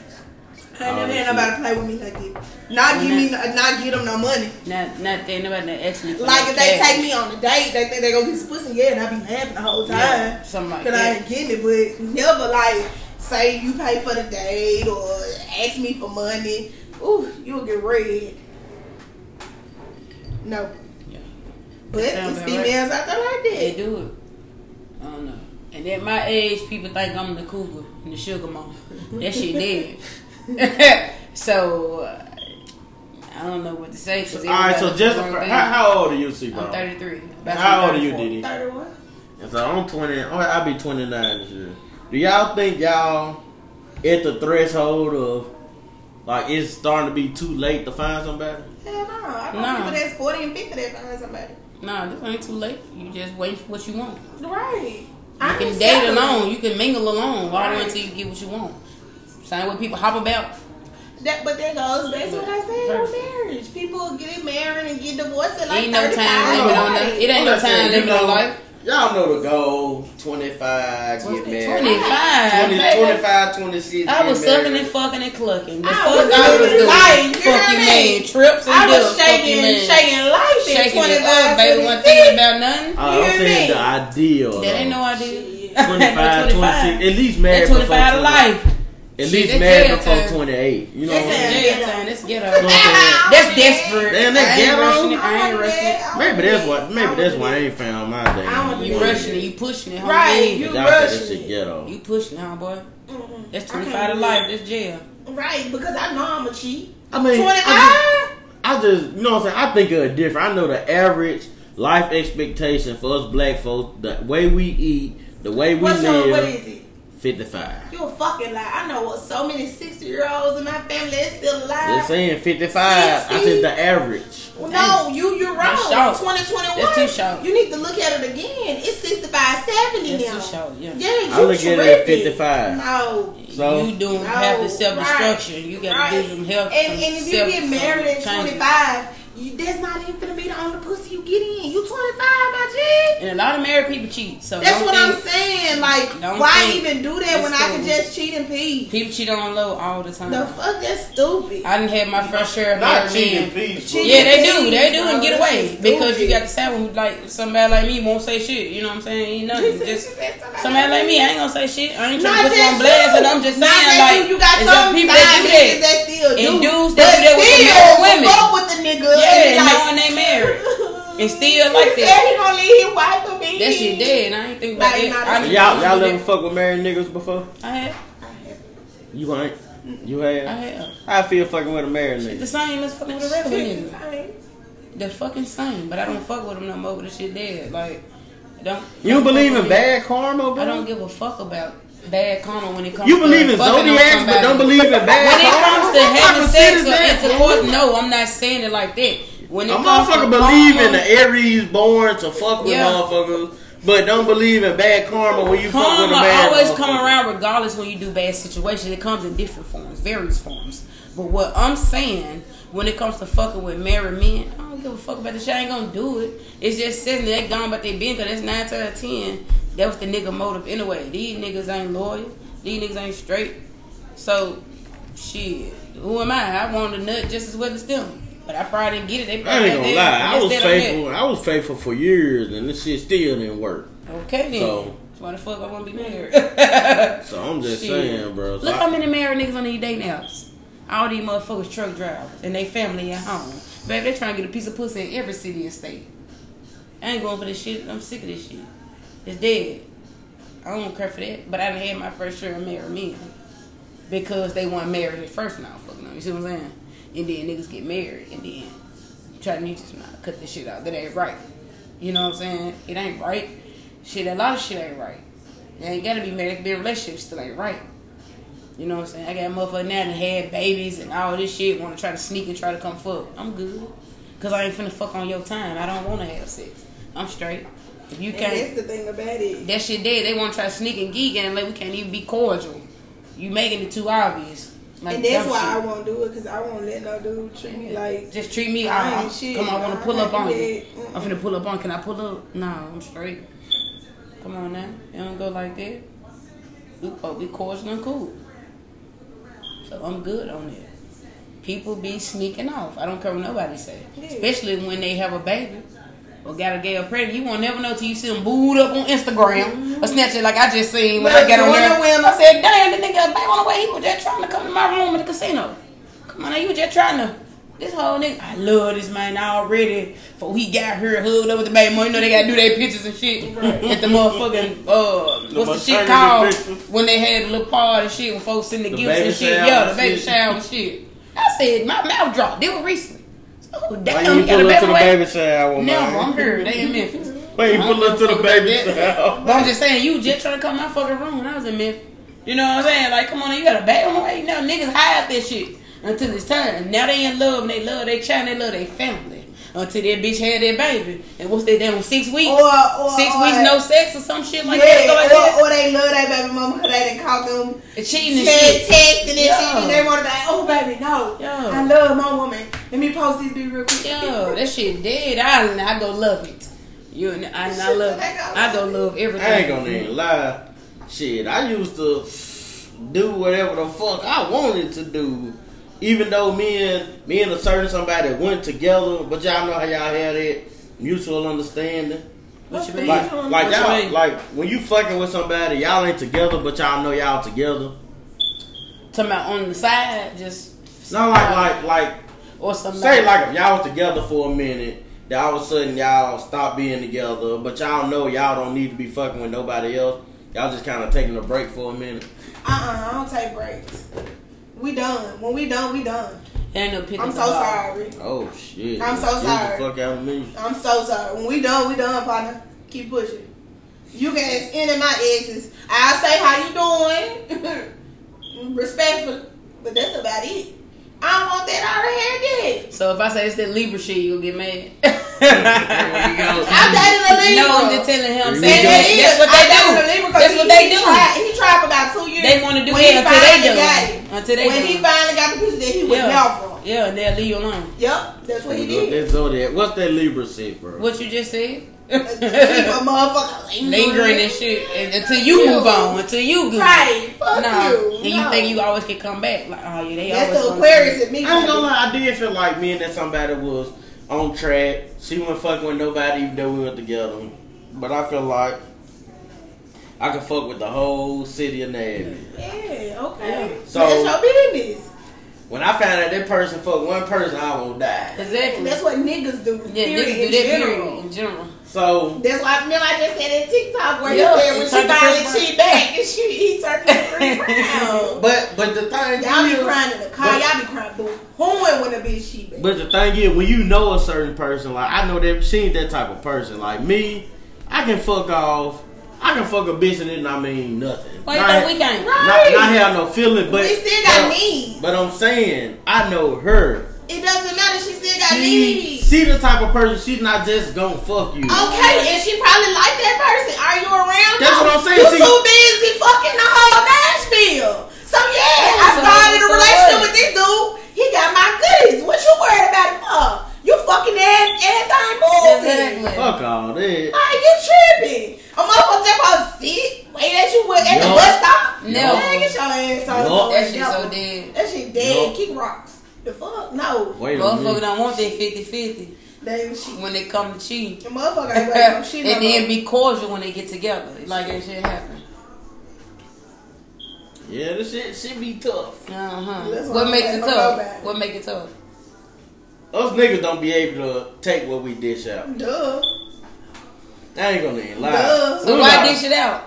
Speaker 2: I ain't
Speaker 1: Oh,
Speaker 2: never
Speaker 1: shit.
Speaker 2: had nobody play with me like that. Not give me, not give them no money.
Speaker 3: Not not that nobody that actually for
Speaker 2: Like
Speaker 3: no
Speaker 2: if they
Speaker 3: cash.
Speaker 2: take me on a date, they think they gonna get some pussy. Yeah, and I be laughing the whole time.
Speaker 3: Yeah, something like
Speaker 2: Cause I
Speaker 3: that.
Speaker 2: ain't getting it, but never like say you pay for the date or ask me for money. Ooh, you'll get red. No,
Speaker 3: Yeah.
Speaker 2: but there's
Speaker 3: Sound about right.
Speaker 2: females out there like
Speaker 3: They
Speaker 2: that.
Speaker 3: do it. I don't know. And at my age, people think I'm the cougar and the sugar mama. That shit dead. so uh, I don't know what to say. 'cause
Speaker 1: All right, so
Speaker 3: everybody does the
Speaker 1: Jennifer,
Speaker 3: wrong
Speaker 1: how, how old are you, C
Speaker 3: thing. I'm 33. about to
Speaker 1: How
Speaker 3: be
Speaker 1: old are you,
Speaker 3: 34.
Speaker 1: Diddy?
Speaker 2: Thirty-one.
Speaker 1: And so I'm 20. oh, I'll be 29 this year. Do y'all think y'all at the threshold of like it's starting to be too late to find somebody?
Speaker 2: Hell no, I don't
Speaker 3: No.
Speaker 2: no. people that's forty and fifty that find somebody.
Speaker 3: Nah, this ain't too late. You just wait for what you want. You
Speaker 2: Right.
Speaker 3: can date alone. You can mingle alone. Why wait until you get what you want? Same with people hop about.
Speaker 2: That, but that goes back to what I said on marriage. People get married and get divorced at like
Speaker 3: Ain't no time
Speaker 2: 35.
Speaker 3: limit on that. It ain't
Speaker 1: I'm
Speaker 3: no
Speaker 1: not saying,
Speaker 3: time
Speaker 1: you
Speaker 3: limit on
Speaker 1: know,
Speaker 3: life.
Speaker 1: Y'all know the goal 25, get married.
Speaker 3: 25.
Speaker 1: 20,
Speaker 3: baby.
Speaker 1: 25, 26.
Speaker 3: I was
Speaker 1: get married.
Speaker 3: sucking and fucking and clucking. The
Speaker 2: I
Speaker 3: fuck
Speaker 2: was
Speaker 3: I was
Speaker 2: living
Speaker 3: doing.
Speaker 2: life, you
Speaker 3: fuck
Speaker 2: know
Speaker 3: you
Speaker 2: what I
Speaker 3: man.
Speaker 2: mean?
Speaker 3: Trips and
Speaker 2: I was
Speaker 3: bills. Fuck
Speaker 2: shaking,
Speaker 3: you man.
Speaker 2: shaking life at
Speaker 3: Shaking it
Speaker 2: 25,
Speaker 3: up, baby. One
Speaker 2: 26.
Speaker 3: thing about nothing.
Speaker 1: Uh, I'm
Speaker 2: hear
Speaker 1: saying
Speaker 2: me?
Speaker 1: the ideal.
Speaker 3: That ain't
Speaker 1: though.
Speaker 3: no idea.
Speaker 1: 25, 26. At least married
Speaker 3: At 25 to
Speaker 1: before 20.
Speaker 3: life.
Speaker 1: At
Speaker 3: Shit,
Speaker 1: least
Speaker 3: that's
Speaker 1: married
Speaker 3: jail
Speaker 1: before
Speaker 3: time.
Speaker 1: 28. You know what I'm
Speaker 2: That's
Speaker 1: saying?
Speaker 2: it.
Speaker 3: Jail time. That's ghetto. That's desperate.
Speaker 1: Damn, that
Speaker 3: I ain't
Speaker 1: ghetto.
Speaker 3: rushing it. I ain't rushing it.
Speaker 1: Maybe that's why. Maybe that's why I ain't found my damn.
Speaker 2: I don't
Speaker 3: You
Speaker 2: Yeah.
Speaker 1: woman.
Speaker 3: rushing it. You pushing it. Homie.
Speaker 2: Right,
Speaker 1: Y'all
Speaker 2: you
Speaker 1: said that
Speaker 2: rushing
Speaker 1: shit
Speaker 2: it.
Speaker 1: ghetto.
Speaker 3: You pushing it, homeboy.
Speaker 2: Mm-mm.
Speaker 3: That's
Speaker 2: I can't
Speaker 3: 25 to
Speaker 2: do
Speaker 3: life. That's jail.
Speaker 2: that. Right, because I know I'm a cheat.
Speaker 1: I mean,
Speaker 2: Twenty
Speaker 1: I
Speaker 2: five.
Speaker 1: just, I just, you know what I'm saying. I think of it different. I know the average life expectation for us black folks, the way we eat, the way we
Speaker 2: What's your? What
Speaker 1: live,
Speaker 2: is it?
Speaker 1: 55.
Speaker 2: You a fucking lie. I know so many sixty year olds in my family that's still
Speaker 1: They're
Speaker 2: alive.
Speaker 1: saying 55. I said the average.
Speaker 2: Well, no, you you're wrong.
Speaker 3: That's short.
Speaker 2: Twenty twenty
Speaker 3: That's too
Speaker 2: one.
Speaker 3: short.
Speaker 2: You need to look at it again. It's sixty five seventy now.
Speaker 3: That's too short. Yeah.
Speaker 2: Yeah,
Speaker 1: I
Speaker 2: you
Speaker 1: look at it
Speaker 2: tripping.
Speaker 1: at 55.
Speaker 2: No.
Speaker 1: So-
Speaker 3: you doing
Speaker 2: No,
Speaker 3: have the self destruction.
Speaker 2: right,
Speaker 3: You gotta
Speaker 2: right.
Speaker 3: give them help.
Speaker 2: And,
Speaker 3: some
Speaker 2: and if you
Speaker 3: self-
Speaker 2: get married at
Speaker 3: some changes.
Speaker 2: 25, you, that's not even gonna be the only pussy you get in. You 25, my G.
Speaker 3: and a lot of married people cheat. So
Speaker 2: That's
Speaker 3: don't
Speaker 2: what
Speaker 3: think-
Speaker 2: I'm saying. Like,
Speaker 3: don't
Speaker 2: why
Speaker 3: think
Speaker 2: even do that when
Speaker 3: it's
Speaker 2: I can
Speaker 3: cool.
Speaker 2: just cheat and pee?
Speaker 3: People cheat on low all the time.
Speaker 2: The fuck, that's stupid.
Speaker 3: I didn't have my first share of
Speaker 1: Not
Speaker 3: married
Speaker 1: cheating,
Speaker 3: men.
Speaker 1: please.
Speaker 2: Cheating.
Speaker 3: Yeah, they do.
Speaker 2: Please,
Speaker 3: They do and
Speaker 2: bro.
Speaker 3: get away
Speaker 2: That's
Speaker 3: because
Speaker 2: stupid.
Speaker 3: you got the side one who like somebody like me won't say shit. You know what I'm saying? Ain't nothing. Just Somebody like me, I ain't gonna say shit. I ain't
Speaker 2: Not
Speaker 3: trying to put you
Speaker 2: just
Speaker 3: on blast,
Speaker 2: you.
Speaker 3: and I'm just
Speaker 2: Not
Speaker 3: saying,
Speaker 2: that
Speaker 3: like,
Speaker 2: you, you got
Speaker 3: it's
Speaker 2: some
Speaker 3: some people that do
Speaker 2: niggas
Speaker 3: that.
Speaker 2: that still do.
Speaker 3: And dudes
Speaker 2: but
Speaker 3: that do that with the
Speaker 2: still
Speaker 3: married women.
Speaker 2: Fuck with the nigga.
Speaker 3: Yeah,
Speaker 2: and be
Speaker 3: knowing they married. And still
Speaker 2: He
Speaker 3: like
Speaker 2: said
Speaker 3: that.
Speaker 2: he gonna leave his wife for me.
Speaker 3: That shit dead. and I ain't think about
Speaker 2: Like,
Speaker 3: that.
Speaker 2: not
Speaker 3: I
Speaker 2: that-
Speaker 3: didn't-
Speaker 1: Y'all, y'all ever fuck with married niggas before?
Speaker 3: I had,
Speaker 1: You ain't. You
Speaker 3: I
Speaker 1: have.
Speaker 3: had. uh,
Speaker 1: How I feel fucking with a married
Speaker 3: The
Speaker 1: nigga.
Speaker 3: same as fucking with a regular nigga.
Speaker 2: Right.
Speaker 3: The fucking same, but I don't fuck with them no more. 'cause The shit dead. Like, I don't.
Speaker 1: You
Speaker 3: don't
Speaker 1: believe in
Speaker 3: fuck with it.
Speaker 1: bad karma, bro?
Speaker 3: I don't give a fuck about bad karma when it comes.
Speaker 1: You
Speaker 3: to
Speaker 1: believe in
Speaker 3: fucking on
Speaker 1: zodiacs, but
Speaker 3: somebody.
Speaker 1: don't believe in bad
Speaker 3: When it
Speaker 1: karma?
Speaker 3: comes to
Speaker 1: What type
Speaker 3: having
Speaker 1: of shit
Speaker 3: sex
Speaker 1: is
Speaker 3: or
Speaker 1: that,
Speaker 3: intercourse,
Speaker 1: bro?
Speaker 3: no, I'm not saying it like that. When it
Speaker 1: A
Speaker 3: comes to
Speaker 1: motherfucker believe in
Speaker 3: karma-
Speaker 1: the Aries born to fuck with
Speaker 3: Yeah.
Speaker 1: motherfuckers, but don't believe in bad karma when you fuck with a
Speaker 3: Karma
Speaker 1: bad.
Speaker 3: always
Speaker 1: motherfucker.
Speaker 3: come around regardless when you do bad situations. It comes in different forms, various forms. But what I'm saying, when it comes to fucking with married men, I don't give a fuck about this shit. I ain't gonna do it. It's just sitting there, they gone about their business. 'cause that's 9 out of 10. That was the nigga motive anyway. These niggas ain't loyal. These niggas ain't straight. So, shit. Who am I? I want a nut just as well as them. But I probably didn't get it. They
Speaker 1: I
Speaker 3: probably
Speaker 1: ain't gonna
Speaker 3: did.
Speaker 1: lie, I
Speaker 3: Yes,
Speaker 1: was
Speaker 3: they done that.
Speaker 1: faithful. I was faithful for years, and this shit still didn't work.
Speaker 3: Okay then.
Speaker 1: So-
Speaker 3: That's why the fuck I wanna be married.
Speaker 1: So I'm just
Speaker 3: Shit.
Speaker 1: saying, bro. So
Speaker 3: Look
Speaker 1: I-
Speaker 3: how many married niggas on these dating apps. All these motherfuckers truck drivers and they family at home. Baby, they trying to get a piece of pussy in every city and state. I ain't going for this shit. I'm sick of this shit. It's dead. I don't care for that. But I done had my first share of married men. Because they weren't married at first and I was fucking them. You see what I'm saying? And then niggas get married and then try to just not cut this shit out. That ain't right. You know what I'm saying? It ain't right. Shit, a lot of shit ain't right. They ain't gotta be married. They can be in relationships still ain't right. You know what I'm saying? I got motherfucker now that had babies and all this shit. Want to try to sneak and try to come fuck? I'm good, cause I ain't finna fuck on your time. I don't want to have sex. I'm straight. If you
Speaker 2: And that's
Speaker 3: can't,
Speaker 2: the thing about it.
Speaker 3: that shit dead. They want to try to sneak and geek and like we can't even be cordial. You making it too obvious. Like,
Speaker 2: and that's
Speaker 3: dumb
Speaker 2: why
Speaker 3: shit.
Speaker 2: I won't do it because I won't let no dude treat me like.
Speaker 3: Just treat me.
Speaker 2: I
Speaker 3: I,
Speaker 2: ain't shit.
Speaker 3: Come on, I want
Speaker 2: I
Speaker 3: to pull up
Speaker 2: can't
Speaker 3: on
Speaker 2: do
Speaker 3: you.
Speaker 2: that.
Speaker 3: I'm finna pull up on. Can I pull up? No, I'm straight. Come on now. It don't go like that. We supposed to be cordial and cool. So I'm good on it. People be sneaking off. I don't care what nobody say.
Speaker 2: Yeah.
Speaker 3: Especially when they have a baby or got a girl pregnant. You won't never know till you see them booed up on Instagram
Speaker 2: Mm-hmm.
Speaker 3: or snatch it like I just seen when
Speaker 2: Well,
Speaker 3: I got on
Speaker 2: one
Speaker 3: there.
Speaker 2: of them-
Speaker 3: I said, damn, the nigga a baby on the way. He was just trying to come to my room at the casino. Come on, now, you was just trying to. This whole nigga, I love this man already. For he got her hood up with the baby mama. You know they gotta do their pictures and shit
Speaker 2: Right.
Speaker 3: at the motherfucking uh,
Speaker 1: The
Speaker 3: what's the shit
Speaker 1: maternity
Speaker 3: called
Speaker 1: pictures.
Speaker 3: when they had the little party shit when folks in the,
Speaker 1: The
Speaker 3: gifts
Speaker 1: baby
Speaker 3: and shit.
Speaker 1: shower
Speaker 3: Yeah, the
Speaker 1: and
Speaker 3: baby
Speaker 1: shit.
Speaker 3: shower and shit. I said my mouth dropped. They were recently. Oh
Speaker 1: Why
Speaker 3: damn,
Speaker 1: you
Speaker 3: you got a
Speaker 1: pull up to
Speaker 3: baby
Speaker 1: the
Speaker 3: away.
Speaker 1: baby shower,
Speaker 3: Never, I'm
Speaker 1: man?
Speaker 3: here. They in Memphis.
Speaker 1: Why you pull up to the baby shower?
Speaker 3: But I'm just saying, you just trying to come in my fucking room when I was in Memphis. You know what I'm saying? Like, come on, you got a baby on the way. You know, niggas hide that shit until it's time. Now they in love and they love their child, they love their family. Until that bitch had their baby. And what's that damn six weeks?
Speaker 2: Or, or,
Speaker 3: six
Speaker 2: or,
Speaker 3: weeks no sex or some shit like that. Go
Speaker 2: Yeah,
Speaker 3: ahead.
Speaker 2: or, or they love their baby mama because they done caught them
Speaker 3: The cheating and
Speaker 2: texting
Speaker 3: shit.
Speaker 2: and shit.
Speaker 3: Yeah.
Speaker 2: And they want to be like, oh, baby, no.
Speaker 3: Yeah.
Speaker 2: I love my woman. Let me post this bitch real quick.
Speaker 3: Yo, that shit dead. I I go love it. You and I, and I love. I go love everything.
Speaker 1: I ain't gonna even lie. Shit, I used to do whatever the fuck I wanted to do. Even though me and me and a certain somebody went together, but y'all know how y'all had that mutual understanding.
Speaker 3: What you mean?
Speaker 1: Like, like
Speaker 3: What you
Speaker 1: y'all,
Speaker 3: mean?
Speaker 1: like when you fucking with somebody, y'all ain't together, but y'all know y'all together.
Speaker 3: Talking about on the side, just
Speaker 1: Not like like like
Speaker 3: or something.
Speaker 1: say like if y'all was together for a minute, then all of a sudden y'all stop being together, but y'all know y'all don't need to be fucking with nobody else. Y'all just kind of taking a break for a minute.
Speaker 2: Uh-uh, I don't take breaks. We done. When we done, we done.
Speaker 3: end up picking
Speaker 2: I'm
Speaker 3: the
Speaker 2: so
Speaker 3: ball.
Speaker 2: sorry.
Speaker 1: Oh shit!
Speaker 2: I'm so
Speaker 1: Get
Speaker 2: sorry.
Speaker 1: The fuck out of me.
Speaker 2: I'm so sorry. When we done, we done, partner. Keep pushing. You can ask any of my exes. I'll say how you doing, respectful, but that's about it. I don't want that out of here. Did
Speaker 3: So if I say it's that Libra shit, you'll get mad.
Speaker 1: we go.
Speaker 2: I dated a Libra.
Speaker 3: No, I'm just telling
Speaker 1: Here we
Speaker 3: him. Saying
Speaker 1: go.
Speaker 3: that, that's what
Speaker 2: I
Speaker 3: they
Speaker 2: dated
Speaker 3: do.
Speaker 2: a Libra 'cause
Speaker 3: That's
Speaker 2: he,
Speaker 3: what they
Speaker 2: he
Speaker 3: do.
Speaker 2: Tried, he tried for about two years.
Speaker 3: They want to do
Speaker 2: When
Speaker 3: it
Speaker 2: he
Speaker 3: until they
Speaker 2: finally
Speaker 3: do.
Speaker 2: got
Speaker 3: it.
Speaker 2: it.
Speaker 3: Until they
Speaker 2: when
Speaker 3: do.
Speaker 2: he
Speaker 3: it.
Speaker 2: finally got the picture that he was
Speaker 3: yeah.
Speaker 2: down for.
Speaker 3: Yeah, and they'll leave you alone.
Speaker 2: Yep, that's what he
Speaker 1: Look,
Speaker 2: did.
Speaker 1: that Zodiac. What's that Libra shit, bro?
Speaker 3: What you just said.
Speaker 2: Keep a motherfucker
Speaker 3: Lingering and shit and, until you move on, until you go.
Speaker 2: Right.
Speaker 3: No,
Speaker 2: Fuck you.
Speaker 3: and you
Speaker 2: No.
Speaker 3: think you always can come back? Like, oh yeah, they
Speaker 2: That's
Speaker 3: always
Speaker 2: the
Speaker 3: gonna-
Speaker 2: Aquarius in me.
Speaker 1: I ain't gonna
Speaker 2: baby.
Speaker 1: lie, I did feel like me and that somebody was on track. She wasn't fucking with nobody even though we were together. But I feel like I could fuck with the whole city of Nashville.
Speaker 2: Yeah, okay.
Speaker 1: So-
Speaker 2: that's your business.
Speaker 1: When I found out that person fucked one person, I will die.
Speaker 3: Exactly.
Speaker 2: That's what niggas do.
Speaker 3: yeah,
Speaker 2: period,
Speaker 3: niggas do
Speaker 2: in
Speaker 3: that
Speaker 2: general.
Speaker 3: period in general.
Speaker 1: So
Speaker 2: That's why I remember I just said in TikTok where
Speaker 3: Yeah,
Speaker 2: you said
Speaker 3: he
Speaker 2: when
Speaker 3: turned
Speaker 2: she
Speaker 3: the
Speaker 2: finally
Speaker 3: first
Speaker 2: cheat back and she eats her three rounds.
Speaker 1: but but the thing
Speaker 2: Y'all be
Speaker 1: is-
Speaker 2: crying in the car,
Speaker 1: but-
Speaker 2: y'all be crying boo hooing when a bitch cheat back.
Speaker 1: But the thing is, when you know a certain person, like I know that she ain't that type of person. Like me, I can fuck off. I can fuck a bitch and it not mean nothing.
Speaker 3: Why you
Speaker 1: Not-
Speaker 3: think we can't?
Speaker 1: Not, not have no feeling, but
Speaker 2: We still got
Speaker 1: but-
Speaker 2: needs.
Speaker 1: But I'm saying I know her.
Speaker 2: It doesn't matter, she still got
Speaker 1: She,
Speaker 2: needs.
Speaker 1: she the type of person she's not just gonna fuck you.
Speaker 3: Oh.
Speaker 2: Okay, and she probably like that person. Are you around?
Speaker 1: That's
Speaker 2: No.
Speaker 1: what I'm saying.
Speaker 2: You
Speaker 1: See-
Speaker 2: too busy fucking the whole Nashville. So yeah, I
Speaker 3: So-
Speaker 2: started a
Speaker 3: so
Speaker 2: relationship
Speaker 3: what?
Speaker 2: with this dude. He got my goodies. What you worried about it for? You fucking ass anything moving.
Speaker 3: Exactly.
Speaker 1: Fuck all that.
Speaker 2: Like you tripping. A motherfucker just supposed to sit, wait at you with at the
Speaker 1: Yup.
Speaker 2: bus stop.
Speaker 3: No.
Speaker 2: Man, get your ass out.
Speaker 1: Yup.
Speaker 3: That shit so dead.
Speaker 2: That shit dead.
Speaker 1: Yup.
Speaker 2: Kick rocks. The fuck? No.
Speaker 1: Wait a
Speaker 3: Motherfucker
Speaker 1: minute.
Speaker 3: don't want that 50-50
Speaker 2: Damn shit.
Speaker 3: when they come to cheat.
Speaker 2: The motherfucker ain't waiting on
Speaker 3: and
Speaker 2: shit no
Speaker 3: then
Speaker 2: more.
Speaker 3: be cordial when they get together. Like that shit happen.
Speaker 1: Yeah, this shit should be tough.
Speaker 3: Uh-huh.
Speaker 2: That's
Speaker 3: What
Speaker 2: why
Speaker 3: makes
Speaker 2: I'm
Speaker 3: it
Speaker 2: glad I
Speaker 3: tough?
Speaker 2: don't go back.
Speaker 3: What make it tough?
Speaker 1: Us niggas don't be able to take what we dish out.
Speaker 2: Duh.
Speaker 1: I ain't gonna even lie.
Speaker 2: Duh.
Speaker 3: So
Speaker 1: We
Speaker 3: why
Speaker 1: like,
Speaker 3: dish it out?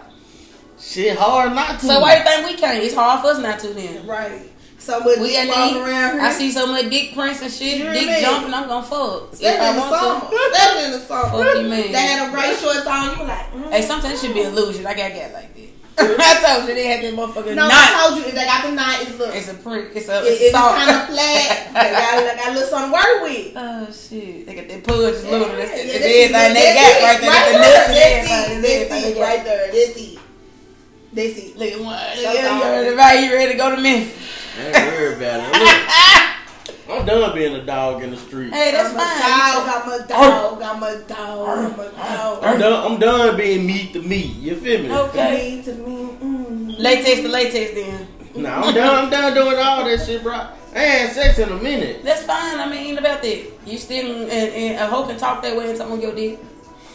Speaker 1: Shit hard not to.
Speaker 3: So why you think we can't? It's hard for us not to then.
Speaker 2: Right. So much
Speaker 3: We
Speaker 2: dick
Speaker 3: got
Speaker 2: walking around here.
Speaker 3: I see so much dick prints and shit,
Speaker 2: You know
Speaker 3: dick
Speaker 2: what I mean?
Speaker 3: jumping, I'm gonna fuck. If
Speaker 2: That
Speaker 3: I
Speaker 2: in the summer.
Speaker 3: want to.
Speaker 2: That in the summer.
Speaker 3: Fuck you,
Speaker 2: They
Speaker 3: man.
Speaker 2: had a bright shorts on. You like, mm.
Speaker 3: Hey, sometimes it should be illusion. I gotta get like that. I told you they had that motherfucker
Speaker 2: no,
Speaker 3: knot.
Speaker 2: I told you if they got the knot, it's look.
Speaker 3: It's
Speaker 2: It's,
Speaker 3: a print. It's a
Speaker 2: it's,
Speaker 3: it's, a salt.
Speaker 2: kind of flat. they, got, they got a little something to work with.
Speaker 3: Oh shit! They got that pudge just little. That's,
Speaker 2: Yeah, yeah,
Speaker 3: that's, everything
Speaker 2: that's
Speaker 3: they
Speaker 2: it.
Speaker 3: got right there. That's the nuts and
Speaker 2: That's it.
Speaker 3: everything. That's
Speaker 2: That's
Speaker 3: everything
Speaker 2: it.
Speaker 3: they
Speaker 2: Right
Speaker 3: got.
Speaker 2: there. That's it. That's it.
Speaker 3: Look at one.
Speaker 2: That's all.
Speaker 3: Yeah, you right. You ready to go to Memphis?
Speaker 1: I ain't worried about it. Look, I'm done being a dog in the street.
Speaker 3: Hey, that's
Speaker 2: I'm a
Speaker 3: fine.
Speaker 2: dog. I'm a dog. I'm a dog. I'm a dog.
Speaker 1: I'm done. I'm done being meat to meat. You feel me?
Speaker 3: Oh. Okay.
Speaker 2: Me to me. Mm.
Speaker 3: Latex to latex, then.
Speaker 1: Nah, I'm done. I'm done doing all that shit, bro. I ain't had sex in a minute.
Speaker 3: That's fine. I mean, ain't about that. You still and, and a hoe can talk that way and someone your dick.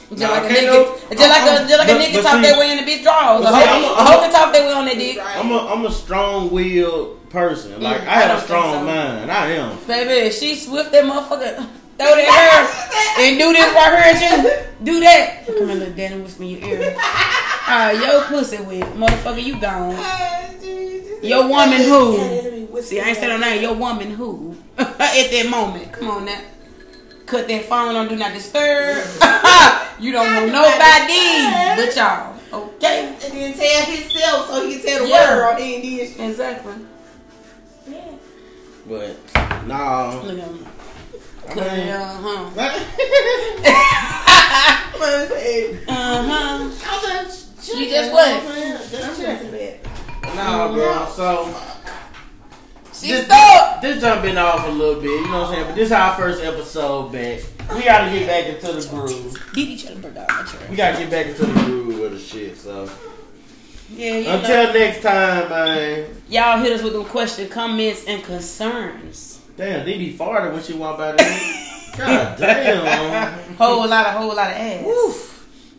Speaker 3: Just
Speaker 1: Nah,
Speaker 3: like a
Speaker 1: can't
Speaker 3: nigga,
Speaker 1: no-
Speaker 3: just like a
Speaker 1: uh-uh.
Speaker 3: just like a
Speaker 1: But-
Speaker 3: nigga
Speaker 1: but
Speaker 3: talk
Speaker 1: see-
Speaker 3: that way in the bitch draws.
Speaker 1: but
Speaker 3: A
Speaker 1: see,
Speaker 3: hoe-
Speaker 1: I'm a-
Speaker 3: a hoe can talk that way on that dick.
Speaker 2: Right.
Speaker 1: I'm a I'm a strong willed person. Like
Speaker 3: Mm,
Speaker 1: I
Speaker 3: I
Speaker 1: have
Speaker 3: don't
Speaker 1: a strong
Speaker 3: think so.
Speaker 1: mind. I am.
Speaker 3: Baby, if she swift that motherfucker, throw that hair and do this right here and just do that. Come here, little Danny, whisper in your ear. Ah, your pussy wet. Motherfucker, you gone. Your woman who? See, I ain't said her name. Your woman who? At that moment. Come on now. Cut that phone on Do Not Disturb. you don't know nobody but y'all. Okay?
Speaker 2: And then tell himself so he can tell the
Speaker 3: Yeah.
Speaker 2: world. He ain't did shit.
Speaker 3: Exactly.
Speaker 1: But nah.
Speaker 3: Look at him.
Speaker 1: I
Speaker 3: Cut it,
Speaker 1: mean,
Speaker 3: Uh-huh.
Speaker 2: I'm saying.
Speaker 3: Uh-huh.
Speaker 2: I'm saying,
Speaker 3: You just what?
Speaker 2: I'm saying.
Speaker 1: Nah, bro. So
Speaker 3: She stuck.
Speaker 1: This jumping off a little bit, you know what I'm saying? But this is our first episode back. We gotta get back into the groove.
Speaker 3: Beat each other, dog.
Speaker 1: We gotta get back into the groove of the shit. So
Speaker 3: Yeah, you know.
Speaker 1: until next time, man.
Speaker 3: Y'all hit us with them questions, comments, and concerns.
Speaker 1: Damn, they be farted when she walk by there. God damn.
Speaker 3: Whole lot of whole lot of ass.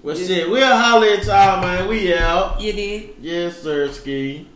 Speaker 1: Well, shit, we'll holler at y'all, man. We out.
Speaker 3: You did.
Speaker 1: Yes, sir, Ski.